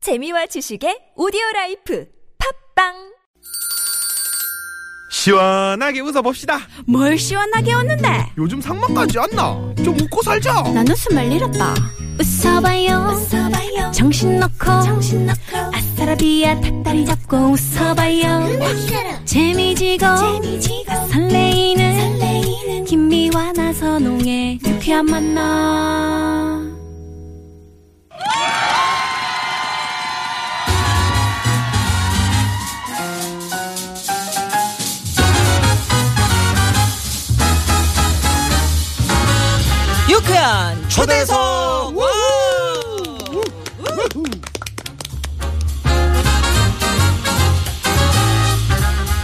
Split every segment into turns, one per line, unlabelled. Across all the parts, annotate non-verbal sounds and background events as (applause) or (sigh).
재미와 지식의 오디오 라이프 팝빵
시원하게 웃어봅시다.
뭘 시원하게 웃는데
요즘 상만까지 안 나. 좀 웃고 살자.
난 웃음을 잃었다 웃어봐요, 웃어봐요. 정신 놓고 아싸라비아 닭다리 잡고 웃어봐요 재미지고, 설레이는, 김미와 나선홍의 유쾌한 만남
유쾌한 초대석 와우!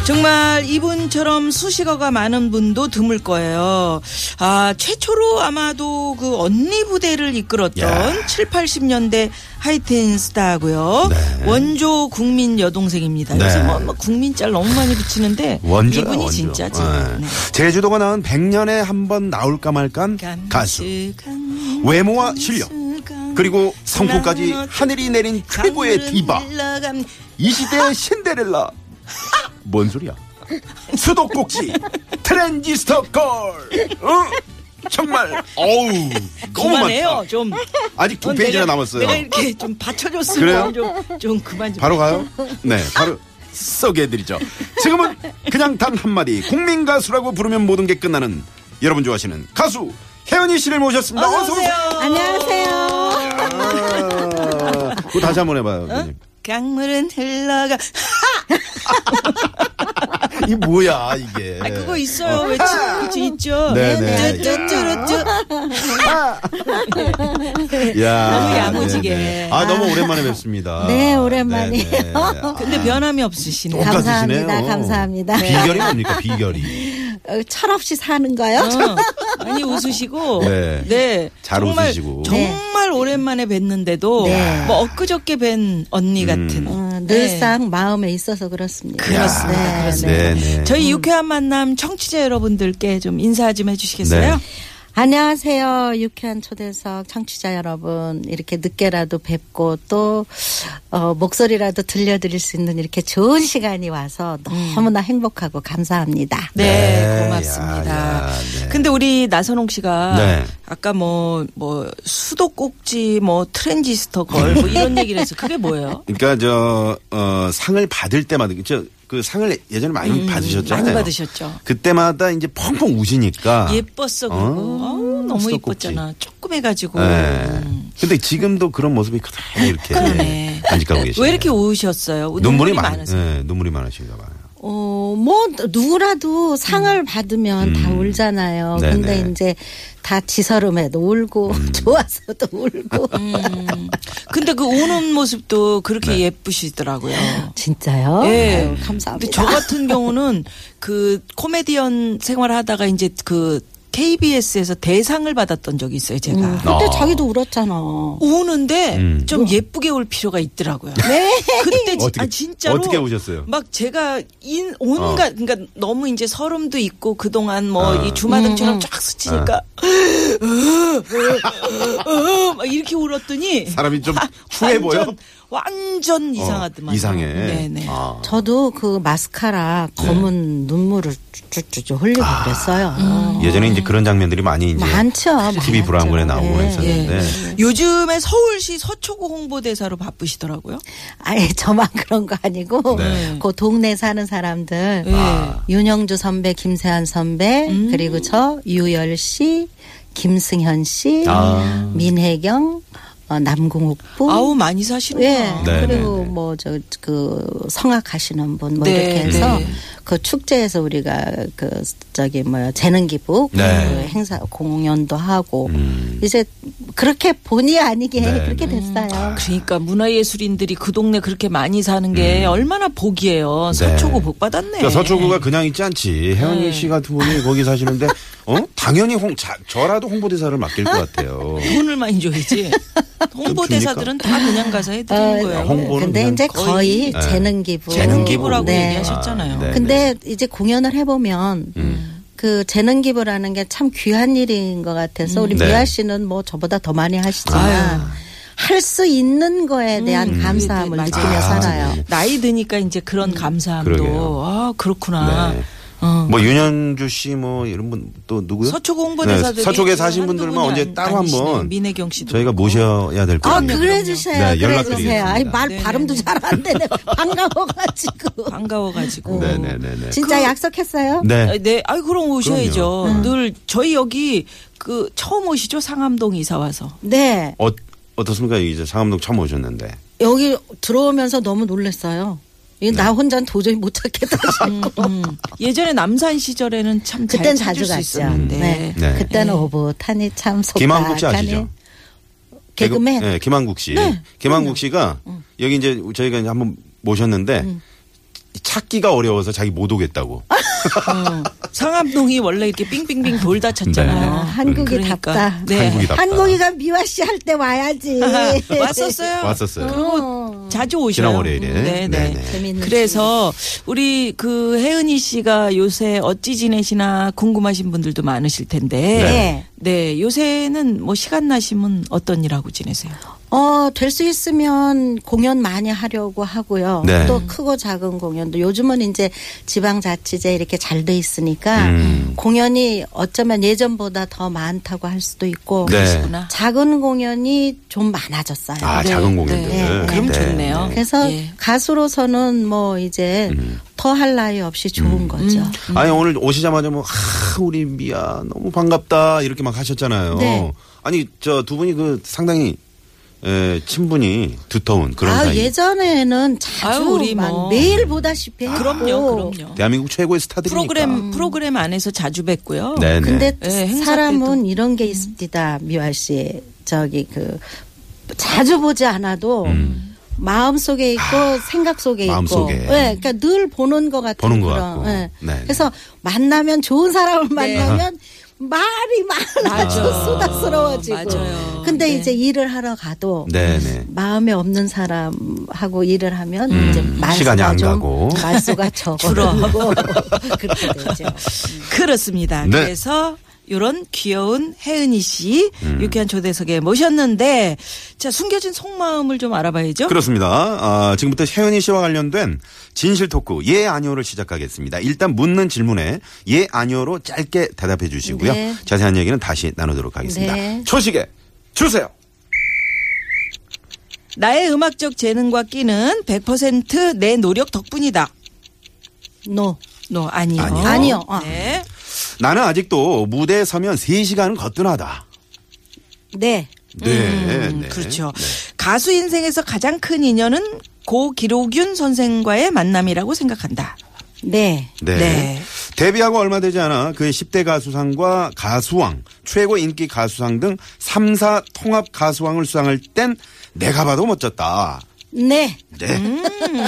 정말 이분처럼 수식어가 많은 분도 드물 거예요. 아, 최초로 아마도 그 언니 부대를 이끌었던
야.
7, 80년대 하이틴 스타고요.
네.
원조 국민 여동생입니다.
네.
요새 뭐, 뭐 국민 짤 너무 많이 붙이는데
원조야,
이분이
원조.
진짜지.
예.
네.
제주도가 낳은 100년에 한 번 나올까 말깐 가수.
감식한
외모와 실력.
감식한
그리고 성공까지
사랑은
하늘이 내린 최고의
강물은
디바.
흘러간
이 시대의 신데렐라. 뭔 소리야? 수도꼭지. 트랜지스터 걸. 응? 정말 어우 너무 많다.
그만해요 좀.
아직 두
넌
페이지나
내가-
남았어요.
내가 이렇게 좀 받쳐줬으면
그래요?
좀, 좀 그만 좀.
바로 가요? 네, 바로 쏘개드리죠. 지금은 그냥 단 한마디 국민 가수라고 부르면 모든 게 끝나는 여러분 좋아하시는 가수 혜연이 씨를 모셨습니다. 어서 오세요.
안녕하세요.
아, 그거 다시 한번 해봐요. 선생님.
강물은 흘러가.
이 뭐야 이게?
아, 그거 있어요. 왜 친구지 있죠.
네. 네네.
쭈쭈쭈쭈.
야,
너무 야무지게.
네네. 네. 아 너무 오랜만에 뵙습니다.
네, 오랜만이에요.
네네. 아,
근데 변함이 없으시네.
어.
감-
똑같으시네요.
감사합니다, 감사합니다.
비결이 뭡니까 비결이?
어, 철없이 사는 거요?
어, 많이 웃으시고
네.
네.
잘
정말,
웃으시고.
정말 오랜만에 뵀는데도
네. 음.
뭐 엊그저께 뵌 언니 같은
어,
네.
늘상 마음에 있어서 그렇습니다.
그렇습니다.
네,
그렇습니다.
네.
네네.
저희 유쾌한 만남 청취자 여러분들께 좀 인사 좀 해주시겠어요?
네.
안녕하세요. 유쾌한 초대석 청취자 여러분. 이렇게 늦게라도 뵙고 또 어, 목소리라도 들려드릴 수 있는 이렇게 좋은 시간이 와서 너무나 행복하고 감사합니다.
음. 네,
네,
고맙습니다.
야, 야, 네.
근데 우리 나선홍 씨가
네.
아까 뭐 뭐 수도꼭지 뭐 트랜지스터 걸 뭐 이런 얘기를 해서 그게 뭐예요?
그러니까 저 어, 상을 받을 때마다 그죠? 그 상을 예전에 많이 받으셨잖아요.
음, 많이 받으셨죠.
그때마다 이제 펑펑 우시니까.
예뻤어 그리고 어우, 너무
아, 수도꼭지.
예뻤잖아. 조금 해가지고.
예.
음.
근데 지금도 그런 모습이 그대로 이렇게
그러네.
간직하고 계시네요.
왜 이렇게 우셨어요? 아,
눈물이, 많,
많아서.
예, 눈물이 많으신가 봐요.
어, 뭐, 누구라도
음.
상을 받으면 다 울잖아요.
네네.
근데 이제 다 지서름해도 울고,
음.
(laughs) 좋아서도 울고.
근데 그 우는 모습도 그렇게
네.
예쁘시더라고요.
(laughs) 진짜요?
예.
어? 아유,
근데
감사합니다.
저 같은 경우는 그 코미디언 생활하다가 이제 그 KBS에서 대상을 받았던 적이 있어요, 제가.
그때
아.
자기도 울었잖아.
우는데
음.
좀 예쁘게 울 필요가
(laughs)
있더라고요. 네. 그때 지-
어떻게-
아, 진짜로
어떻게 우셨어요?
막 제가 인 온갖 그러니까 너무 이제 서름도 있고 그 동안 뭐
어.
이
음,
주마등처럼 쫙 스치니까 어. 막 이렇게 울었더니
사람이 좀
와-
추해 보여?
완전- 완전
어,
이상하더만.
이상해.
네네.
아.
저도 그 마스카라 검은 눈물을 쭈쭈쭈 흘리고 그랬어요.
네. 아. 음. 예전에 이제 그런 장면들이 많이 이제
많죠.
TV
많았죠.
브라운관에 나오고
예.
했었는데
요즘에 서울시 서초구 홍보대사로 바쁘시더라고요.
아예 저만 (laughs) 그런 거 아니고
네.
그 동네 사는 사람들 아.
예.
윤영주 선배, 김세한 선배
음.
그리고 저 유열 씨, 김승현 씨,
아.
민혜경, 어, 남궁옥부
아우 많이 사시는구나.
예.
네, 네,
그리고
네.
뭐 저 그 성악하시는 분 뭐
네,
이렇게 해서
네.
그 축제에서 우리가 그 저기 뭐야 재능 기부
네.
그 행사 공연도 하고
음.
이제 그렇게 본의 아니게
네,
그렇게 됐어요.
그러니까 문화예술인들이 그 동네 그렇게 많이 사는 게 얼마나 복이에요. 서초구 복 받았네.
음.
네.
그러니까 서초구가 그냥 있지 않지. 혜원이 씨 같은 분이 거기 사시는데, 어? 당연히 홍, 자, 저라도 홍보대사를 맡길 것 같아요.
돈을
(laughs)
많이 줘야지. 홍보대사들은 다 그냥 가서
아,
해드리는 거예요.
홍- 홍보는
근데
그냥
이제
거의
거의,
네.
재능 기부
재능
기부라고
네.
얘기하셨잖아요.
아, 네. 음.
근데 이제 공연을 해보면 그 재능 기부라는 게 참 귀한 일인 것 같아서 우리
네.
미아 씨는 뭐 저보다 더 많이 하시지만 할 수 있는 거에 대한
음.
감사함을
음. 네, 맞아요.
느끼며
아,
살아요. 음.
네.
나이 드니까 이제 그런 감사함도
그러게요.
아 그렇구나.
네.
어.
뭐 윤현주 씨 뭐 이런 분 또 누구요?
서초고 홍보대사들이
네, 서초에 사신
한두
분들만
분이
언제
안-
따로
아니시네요.
한번
민혜경 씨도
저희가
그렇고.
모셔야 될
아,
거예요.
그래 주세요.
네,
그래 주세요.
연락드리겠습니다.
아이, 말
네네네.
발음도 잘
(laughs)
안 되네. 반가워가지고.
반가워가지고.
네, 네, 네, 네.
진짜 약속했어요?
아,
네.
네, 아이 그럼 오셔야죠.
그럼요.
늘 저희 여기 그 처음 오시죠 상암동 이사 와서.
네.
어 어떻습니까? 이제 상암동 처음 오셨는데.
여기 들어오면서 너무 놀랐어요. 이나
네.
혼자는 도저히 못 찾겠다 싶고.
예전에 남산 시절에는 참 음, 잘
그땐
찾을
자주
수
갔죠.
있었는데.
네.
네.
그때는 오붓하니 참 속다.
김한국 씨 아시죠?
개그맨. 음.
네, 김한국 씨. 김한국 씨가 여기 이제 저희가 이제 한번 모셨는데
음.
찾기가 어려워서 자기 못 오겠다고.
아,
상암동이 원래 이렇게 빙빙빙
네.
돌다
아,
찼잖아요.
한국이
그러니까.
답다.
네.
한국이 답다.
한국이가 미화 씨 할 때 (laughs) 와야지.
(laughs) 왔었어요.
왔었어요.
그리고 자주 오셔요.
지난 월요일에.
네,
네,
네.
네.
재밌는
그래서 우리 그 혜은이 씨가 요새 어찌 지내시나 궁금하신 분들도 많으실 텐데.
네.
네, 요새는 뭐 시간 나시면 어떤 일하고 지내세요?
어, 될 수 있으면 공연 많이 하려고 하고요.
네.
또 크고 작은 공연도 요즘은 이제 지방자치제 이렇게 잘 돼 있으니까
음.
공연이 어쩌면 예전보다 더 많다고 할 수도 있고
네.
그러시구나.
작은 공연이 좀 많아졌어요.
아, 작은 공연들.
네. 그럼 좋네요.
그래서
예.
가수로서는 뭐 이제
음.
더 할 나위 없이 좋은 거죠.
아니 오늘 오시자마자 뭐 아, 우리 미야 너무 반갑다 이렇게 막 하셨잖아요.
네.
아니 저 두 분이 그 상당히 에, 친분이 두터운 그런
아,
사이.
예전에는 자주
아유, 우리
막
뭐.
매일 보다시피 했고
그럼요, 그럼요.
대한민국 최고의 스타들이니까.
그러니까.
프로그램 프로그램 안에서 자주 뵙고요.
네네.
근데
예, 행사
사람은 이런 게 있습니다. 미화 씨. 저기 그 자주 보지 않아도 마음 속에 있고 생각 속에 있고.
마음속에.
예, 그러니까 늘 보는 것 같은
보는 것
그런.
같고.
예.
네네.
그래서 만나면 좋은 사람을 만나면 말이 많아져
네. 맞아요.
수다스러워지고.
맞아요.
근데
네.
이제 일을 하러 가도
네네.
마음에 없는 사람하고 일을 하면 이제 말수가
음, 시간이 안
좀
가고.
말수가 (laughs) 적어지고 그렇게 되죠.
그렇습니다.
네.
그래서 이런 귀여운 혜은이 씨
음.
유쾌한 초대석에 모셨는데 자 숨겨진 속마음을 좀 알아봐야죠.
(laughs) 그렇습니다. 아, 지금부터 혜은이 씨와 관련된 진실 토크 예 아니오를 시작하겠습니다. 일단 묻는 질문에 예 아니오로 짧게 대답해 주시고요.
네.
자세한 얘기는 다시 나누도록 하겠습니다.
네.
초식에 주세요.
나의 음악적 재능과 끼는 100%내 노력 덕분이다.
노.
노 아니요.
아니요.
아니요. 어.
네.
나는 아직도 무대에 서면 3시간은 거뜬하다.
네.
네,
음,
네.
그렇죠. 가수 인생에서 가장 큰 인연은 고 기록윤 선생과의 만남이라고 생각한다.
네.
네.
네.
데뷔하고 얼마 되지 않아 그의 10대 가수상과 가수왕, 최고 인기 가수상 등 3사 통합 가수왕을 수상할 땐 내가 봐도 멋졌다.
네.
네.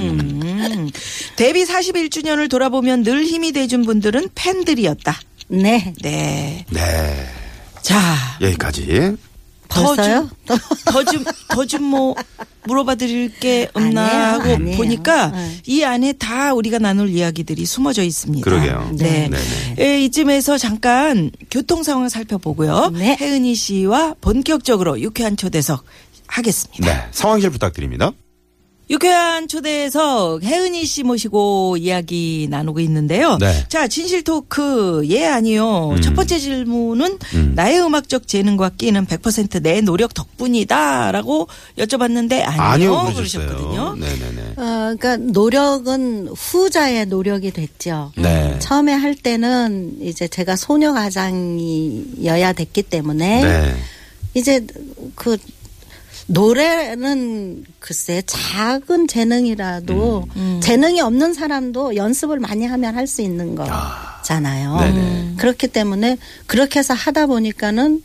음. 데뷔 41주년을 돌아보면 늘 힘이 돼준 분들은 팬들이었다.
네.
네.
네.
자,
여기까지.
벌써요?
더 좀, 더 좀 뭐, 물어봐 드릴 게 없나
아니에요,
하고
아니에요.
보니까
네.
이 안에 다 우리가 나눌 이야기들이 숨어져 있습니다.
그러게요.
네.
네네.
예, 이쯤에서 잠깐 교통 상황 살펴보고요.
네.
혜은이 씨와 본격적으로 유쾌한 초대석 하겠습니다.
네. 상황실 부탁드립니다.
유쾌한 초대석 혜은이 씨 모시고 이야기 나누고 있는데요.
네. 음.
자, 진실 토크 예 아니요. 첫 번째 질문은 나의 음악적 재능과 끼는 100%내 노력 덕분이다라고 여쭤봤는데 아니요,
아니요, 그러셨어요.
그러셨거든요.
네네네.
어, 그러니까 노력은 후자의 노력이 됐죠.
네.
처음에 할 때는 이제 제가 소녀 가장이어야 됐기 때문에
네.
이제 그 노래는 글쎄 작은
음,
재능이라도 재능이 없는 사람도 연습을 많이 하면 할 수 있는 거잖아요.
아. 네네.
그렇기 때문에 그렇게 해서 하다 보니까는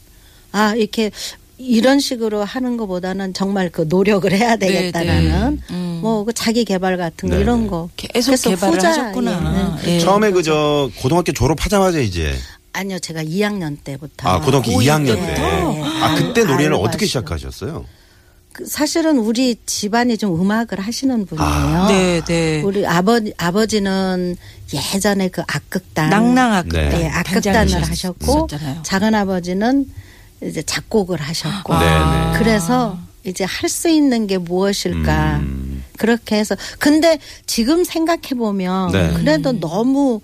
아 이렇게 이런 식으로 하는 것보다는 정말 그 노력을 해야 되겠다라는 뭐그 자기 개발 같은 거
네, 음. 네네.
이런 거
계속
그래서
개발을
후자에는 네.
하셨구나. 예.
아, 네. 처음에 그저 고등학교 졸업하자마자 이제
아니요 제가 2학년 때부터 예.
아 고등학교
고일
2학년 때.
때부터?
아 그때 노래를
아유,
어떻게
아시죠.
시작하셨어요?
그 사실은 우리 집안이 좀 음악을 하시는 분이에요.
네, 네.
우리 아버지 아버지는 예전에 그 악극단
낭낭악
네.
예, 악극단을 하셨고
있었잖아요.
작은 아버지는 이제 작곡을 하셨고
네, 네.
그래서 이제 할 수 있는 게 무엇일까.
음.
그렇게 해서 근데 지금 생각해 보면
네.
그래도
음.
너무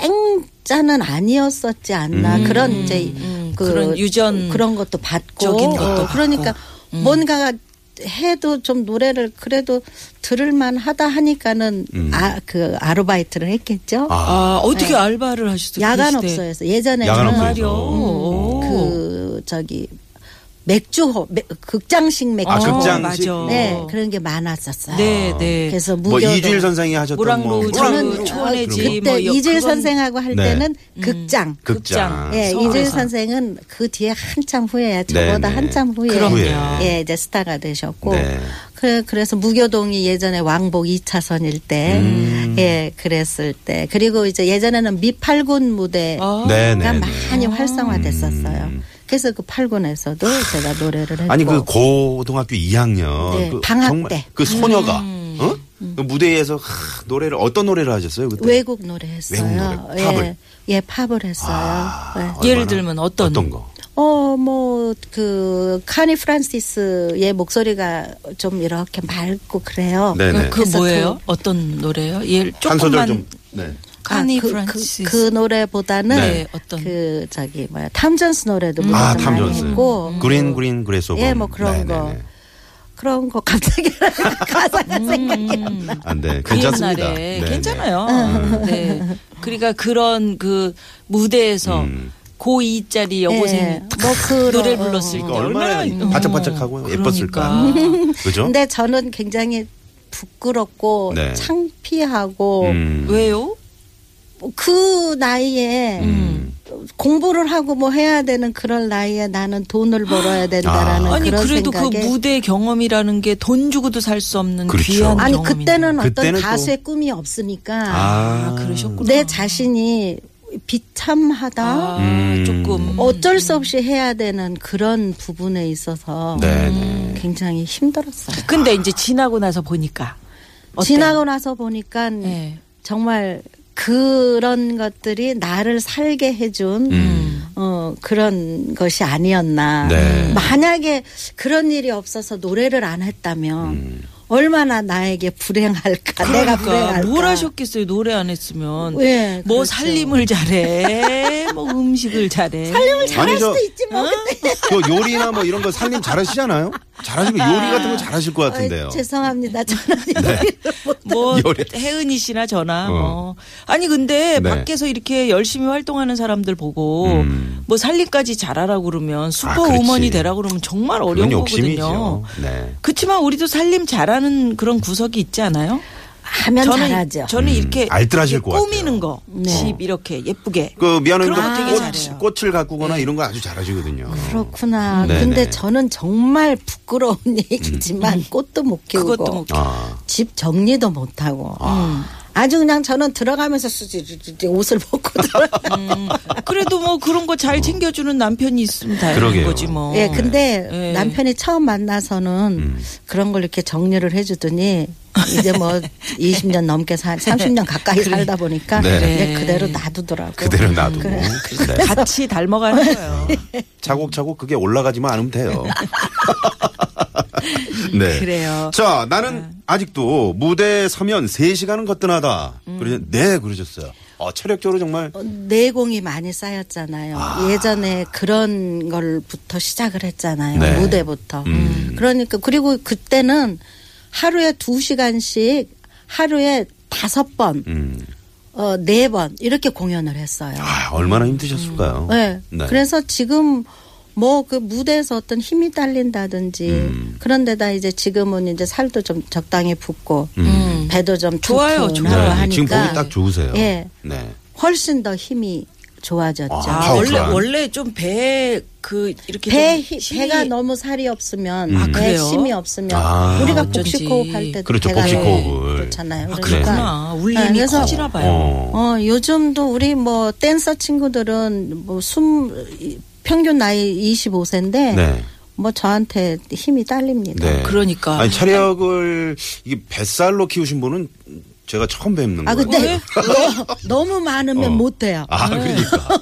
생자는 아니었었지 않나 그런 이제 그
음. 그런 유전
그런 것도 받고
적인 것도 음.
어, 그러니까 뭔가 해도 좀 노래를 그래도 들을만 하다 하니까는
음.
아 그 아르바이트를 했겠죠.
아, 어떻게 알바를 하셨어요?
네. 야간
그 시대에?
업소에서 예전에는
야간 업소에서. 어.
정말요? 오.
그 저기 맥주 매- 극장식 맥주
아, 극장.
어,
어.
맞아.
네 그런 게 많았었어요.
네, 네.
그래서
뭐
무료로
이주일 선생이 하셨던
모랑로
뭐
저는
모랑로
초원의 집.
그런 거.
그때
뭐 여-
이질
그건-
선생하고 할
네.
때는 극장.
극장. 아,
예,
서울에서.
이질 선생은 그 뒤에 한참 후에야 저보다
네, 네.
한참 후에
그럼요.
예, 이제 스타가 되셨고
네.
그래, 그래서 무교동이 예전에 왕복 2차선일 때
음.
예, 그랬을 때 그리고 이제 예전에는 미팔군 무대가
아.
네, 네, 네. 음.
많이 활성화됐었어요. 그래서 그 팔군에서도 제가 노래를 했고
아니 그 고등학교 2학년
뭐 네,
그
방학
정말
때.
그 소녀가 어? 그 무대에서 하, 노래를 어떤 노래를 하셨어요 그때?
외국 노래 했어요.
외국 노래, 팝을. 아.
예, 예, 팝을 했어요. 예.
얼마나?
예를 들면 어떤?
어떤 거?
어, 뭐, 그, 카니 프란시스의 목소리가 좀 이렇게 맑고 그래요.
네네.
그 뭐예요? 어떤 노래예요? 예,
한 소절
조금만
좀. 네.
카니
아, 그,
프란시스.
그, 그 노래보다는
네, 어떤? 음.
그, 저기, 뭐야, 탐전스 노래도 무조건
아,
많이
탐존스.
했고.
그린 그린 그래서 네,
예, 뭐 그런 거. 그런 거 갑자기 (laughs) 가사가
음.
생각이 안 나.
안돼
그
괜찮습니다.
옛날에
네, 네.
괜찮아요. 네. 그러니까 그런 그 무대에서
음.
고2 짜리 여고생이
예,
탁
뭐 그런-
노래를 불렀을 때
그러니까 얼마나
음.
바짝바짝하고 예뻤을까. 음.
그러니까.
그죠?
근데 저는 굉장히 부끄럽고
네.
창피하고
음.
왜요?
그 나이에
음.
공부를 하고 뭐 해야 되는 그런 나이에 나는 돈을 벌어야 된다라는
아.
아니
그런
그래도
생각에
그 무대 경험이라는 게 돈 주고도 살 수 없는
그렇죠.
귀한
아니
경험인데.
그때는 어떤
그때는 또-
가수의 꿈이 없으니까
아,
아,
그러셨구나.
내 자신이 비참하다
아,
음.
조금
어쩔 수 없이 해야 되는 그런 부분에 있어서
네네.
굉장히 힘들었어요.
근데 이제 지나고 나서 보니까 어때요?
지나고 나서 보니까
네.
정말 그런 것들이 나를 살게 해준 어, 그런 것이 아니었나.
음. 네.
만약에 그런 일이 없어서 노래를 안 했다면
음.
얼마나 나에게 불행할까.
그러니까
내가 불행할까.
뭘 하셨겠어요 노래 안 했으면
예,
뭐
그렇죠.
살림을 잘해 뭐 음식을 잘해
(laughs) 살림을 잘할
아니, 저-
수도 있지 뭐. 근데.
그 요리나 뭐 이런 거 살림 잘하시잖아요. 잘하시고 요리 같은 거 잘하실 것 같은데요. 네.
어, 죄송합니다. 저는 요리를 못.
뭐
요리.
혜은이 씨나 저나
어.
뭐 아니 근데
네.
밖에서 이렇게 열심히 활동하는 사람들 보고
음. 아,
뭐 살림까지 잘하라 그러면
그렇지.
슈퍼우먼이 되라 그러면 정말 어려운
그건
거거든요.
욕심이죠. 네.
그렇지만 우리도 살림 잘하는 그런 구석이 있지 않아요?
하면 잘하죠. 네.
저는 이렇게
음. 알뜰하실
이렇게
것 같아요.
꾸미는 거, 집 이렇게 예쁘게.
그 미안한
그런 거 되게
꽃,
잘해요.
꽃을 가꾸거나 이런 거 아주 잘하시거든요.
그렇구나.
음. 네네. 음.
근데 저는 정말 부끄러운 (laughs) 얘기지만 꽃도 못 키우고
그것도 못
아.
집 정리도 못 하고. 음. 아주 그냥 저는 들어가면서 수지 옷을 (laughs) 벗고 들어가.
그래도 뭐 그런 거 잘 챙겨주는 남편이 있으면 다행인
어. 그러게요.
거지 뭐.
예, 근데
네.
남편이 처음 만나서는
음.
그런 걸 이렇게 정리를 해주더니 이제
(laughs)
뭐 20년 넘게 사, 30년 가까이 살다 보니까
네.
그냥 그대로 놔두더라고.
그대로 놔두고. 네.
같이 닮아가는 거예요.
차곡차곡 그게 올라가지만 않으면
(laughs)
돼요. 네.
그래요.
자,
네.
나는 아직도 무대에 서면 3시간은 거뜬하다.
음.
그러 네, 그러셨어요. 어, 체력적으로 정말
어, 내공이 많이 쌓였잖아요. 예전에 그런 걸부터 시작을 했잖아요.
네.
무대부터.
음.
그러니까 그리고 그때는 하루에 두 시간씩 하루에 다섯 번,
음.
어, 네 번 이렇게 공연을 했어요.
아, 얼마나 힘드셨을까요?
네. 그래서 지금 뭐 그 무대에서 어떤 힘이 딸린다든지
음.
그런데다 이제 지금은 이제 살도 좀 적당히 붓고 배도 좀
좋아요,
두툼하고
좋아요.
음. 네,
하니까
지금 보기 딱 좋으세요.
예.
네.
훨씬 더 힘이 좋아졌죠.
아,
아, 원래
파워풀한.
원래 좀 배 그 이렇게
배
좀
힘-
힘이-
배가 너무 살이 없으면
아,
배
그래요?
힘이 없으면
아,
우리가
어쩐지.
복식호흡 할 때도
그렇죠,
배가
복식호흡을.
그렇잖아요.
아,
그러니까
그렇구나. 울림이
네, 그래서-
커지나 봐요.
어.
어 요즘도 우리 뭐 댄서 친구들은 뭐 숨 평균 나이 25세인데
네.
뭐 저한테 힘이 딸립니다.
네.
그러니까.
아니, 체력을 이게 뱃살로 키우신 분은 제가 처음 뵙는
아,
거예요.
근데 너, 무 많으면
어.
못해요.
아, 그러니까.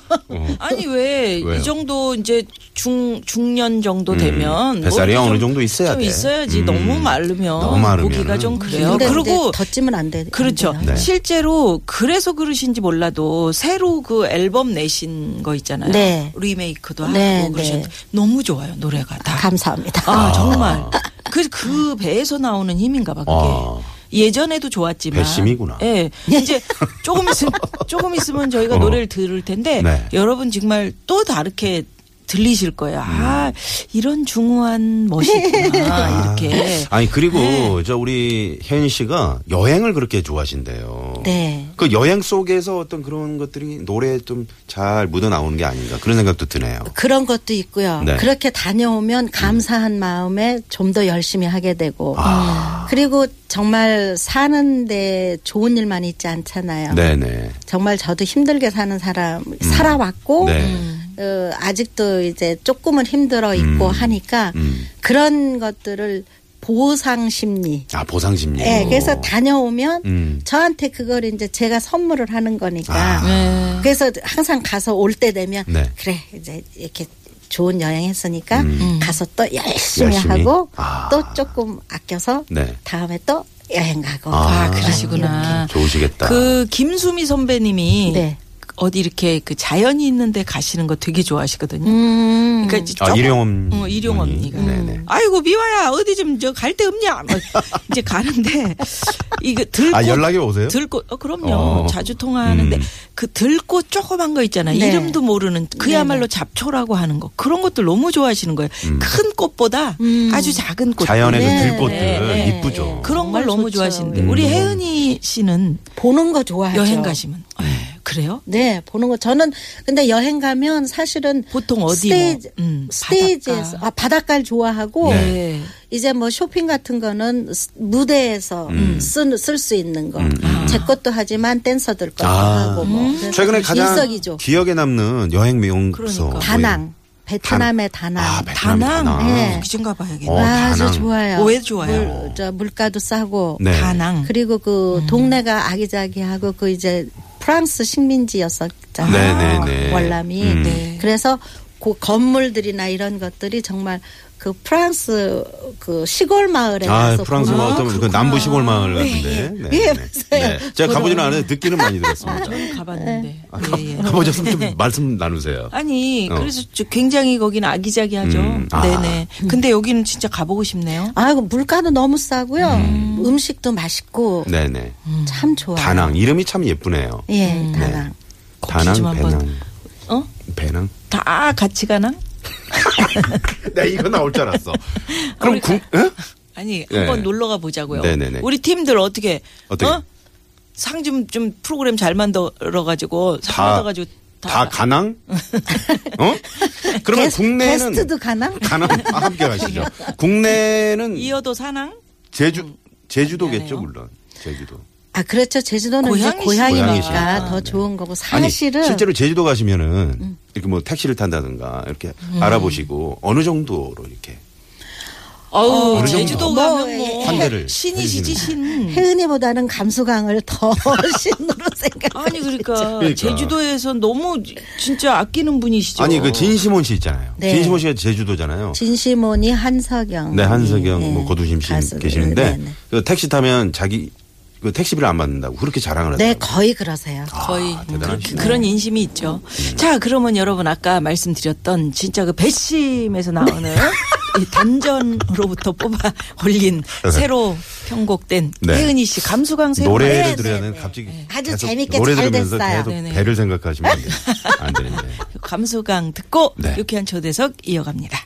어.
(laughs)
아니 왜
왜요?
이 정도 이제 중 중년 정도 되면
음, 뱃살이
뭐
어느
좀-
정도 있어야
좀
돼.
있어야지
음.
너무 마르면
너무 마르면은.
보기가 좀 그래요.
근데
그리고
이제 더 찌면 안 돼. 안
그렇죠.
돼요.
네.
실제로 그래서 그러신지 몰라도 새로 그 앨범 내신 거 있잖아요.
네.
리메이크도
네,
하고 그러셨.
네.
너무 좋아요 노래가 다.
감사합니다.
아, 정말. 그, 그 배에서 나오는 힘인가 봐, 그게.
아.
예전에도 좋았지만.
배심이구나.
예. 이제 조금 있으면, 조금 있으면 저희가
어.
노래를 들을 텐데.
네.
여러분 정말 또 다르게 들리실 거예요.
음.
아, 이런 중후한 멋이
아.
있구나. 이렇게.
아니 그리고
네.
저 우리 혜연 씨가 여행을 그렇게 좋아하신대요.
네.
그 여행 속에서 어떤 그런 것들이 노래에 좀 잘 묻어 나오는 게 아닌가 그런 생각도 드네요.
그런 것도 있고요.
네.
그렇게 다녀오면 감사한 마음에 좀 더 열심히 하게 되고.
아.
아,
그리고 정말 사는데 좋은 일만 있지
음.
않잖아요.
네네.
정말 저도 힘들게 사는 사람 살아왔고
네.
음.
어, 아직도 이제 조금은 힘들어 있고
음.
하니까
음.
그런 것들을 보상 심리.
아 보상 심리.
예,
네,
그래서 다녀오면
음.
저한테 그걸 이제 제가 선물을 하는 거니까.
아.
네.
그래서 항상 가서 올 때 되면
네.
그래 이제 이렇게 좋은 여행 했으니까
음.
가서 또 열심히,
열심히?
하고
아.
또 조금 아껴서
네.
다음에 또 여행 가고
아, 그러시구나.
좋으시겠다.
그 김수미 선배님이.
네.
어디 이렇게 그 자연이 있는데 가시는 거 되게 좋아하시거든요.
음.
그러니까 이제
아,
조금-
일용엄.
어, 일용
분이.
언니가.
음,
음.
네네.
아이고 미화야 어디 좀 저 갈 데 없냐? 뭐 이제 가는데 이거 들고
아 연락이 오세요?
그 들고 어 그럼요
어.
자주 통화하는데
음.
그 들고 조그만 거 있잖아요
네.
이름도 모르는 그야말로 잡초라고 하는 거 그런 것들 너무 좋아하시는 거예요 큰 꽃보다
음.
아주 작은 꽃
음. 자연의 그
네,
들꽃들
네,
이쁘죠.
그런 걸
정말
너무
좋죠.
좋아하시는데
음.
우리 혜은이 씨는
보는 거 좋아하죠.
여행 가시면 에이, 그래요?
네, 보는 거 저는 근데 여행 가면 사실은
보통 어디
스테이지,
뭐, 음,
스테이지에서
바닷가.
아 바닷가를 좋아하고
네.
네.
이제 뭐 쇼핑 같은 거는 스-
음.
무대에서 음, 쓸 수 있는 거. 제 것도 하지만 댄서들 것도
아.
하고 뭐.
음.
그래서
최근에 가장
일석이조.
기억에 남는 여행 뭐 명소.
그러니까.
다낭. 베트남의 다낭.
아, 베트남
다낭?
다낭.
네.
구신 가봐야겠네.
어,
아주
다낭.
좋아요.
왜 좋아요?
물, 저 물가도 싸고.
네.
다낭.
그리고 그
음.
동네가 아기자기하고 그 이제 프랑스 식민지였었잖아요.
네, 네, 네.
월남이.
음.
네.
그래서 그 건물들이나 이런 것들이 정말 그 프랑스 그 시골 마을에
아,
가서
프랑스
보면
뭐 어떤 그 남부 시골 마을 같은데. 네. 네.
예, 맞아요. 아,
제가 가보지는 않았는데 듣기는 많이 들었습니다.
저는 가봤는데.
아,
예, 예.
가, 가보셨으면 좀 말씀 나누세요.
아니
어.
그래서 저- 굉장히 거기는 아기자기하죠.
음, 아.
네네. 근데 여기는 진짜 가보고 싶네요.
아이고 물가도 너무 싸고요. 음. 식도 맛있고
네네.
참 좋아요.
다낭 이름이 참 예쁘네요.
예, 어, 다낭.
아,
거기 좀
다낭
한번-
배낭
어?
배낭.
다 아, 같이 가나?
네 이거 (laughs) 나올 줄
(laughs)
알았어. 그럼 예?
우리
그러니까.
국
아니
네.
한번 놀러 가 보자고요.
네네네.
우리 팀들 어떻게?
어떻게?
상 좀 좀 프로그램 잘 만들어 가지고 상
다-
받아 가지고
다
(laughs)
가낭? 어? 그러면
게스-
국내는
게스트도 가낭? (laughs)
가낭 아, 함께 가시죠. 국내는
이어도 사낭?
제주 제주도겠죠
미안해요.
물론 제주도.
아 그렇죠. 제주도는 이제
고향이시-
고향이니까
고향이시니까. 네.
더 좋은 거고 사실은
아니 실제로 제주도 가시면은
음.
이렇게 뭐 택시를 탄다든가 이렇게 알아보시고 어느 정도로 이렇게
어우
어느 정도?
제주도
뭐,
가면 뭐
예.
환대를
신이시지 신.
혜은이보다는 감수강을 더 (laughs) 신으로 생각.
아니 그러니까,
그러니까.
제주도에서 너무 진짜 아끼는 분이시죠.
아니 그 진시몬 씨 있잖아요.
네.
진시몬 씨가 제주도잖아요.
진시몬이 한석영.
네 한석영 뭐
예,
고두심 씨
가수.
계시는데
네, 네.
그 택시 타면 자기 그 택시비를 안 받는다고 그렇게 자랑을
네,
하더라고요.
거의 그러세요.
거의
아, 네.
음, 그렇게
대단하시네.
그런 인심이 있죠. 자, 그러면 여러분 아까 말씀드렸던 진짜 그 배심에서
네.
나오는 이 단전으로부터 뽑아 (laughs) 올린 새로 편곡된
네.
혜은이 씨 감수광 새로
노래를
네,
들어야
네,
되는
네.
갑자기
아주
계속
재밌게
노래
잘
들으면서
됐어요.
계속
네네.
(laughs)
배를 생각하시면 안 돼요. 안 되는데.
감수광 듣고
네.
유쾌한 초대석 이어갑니다.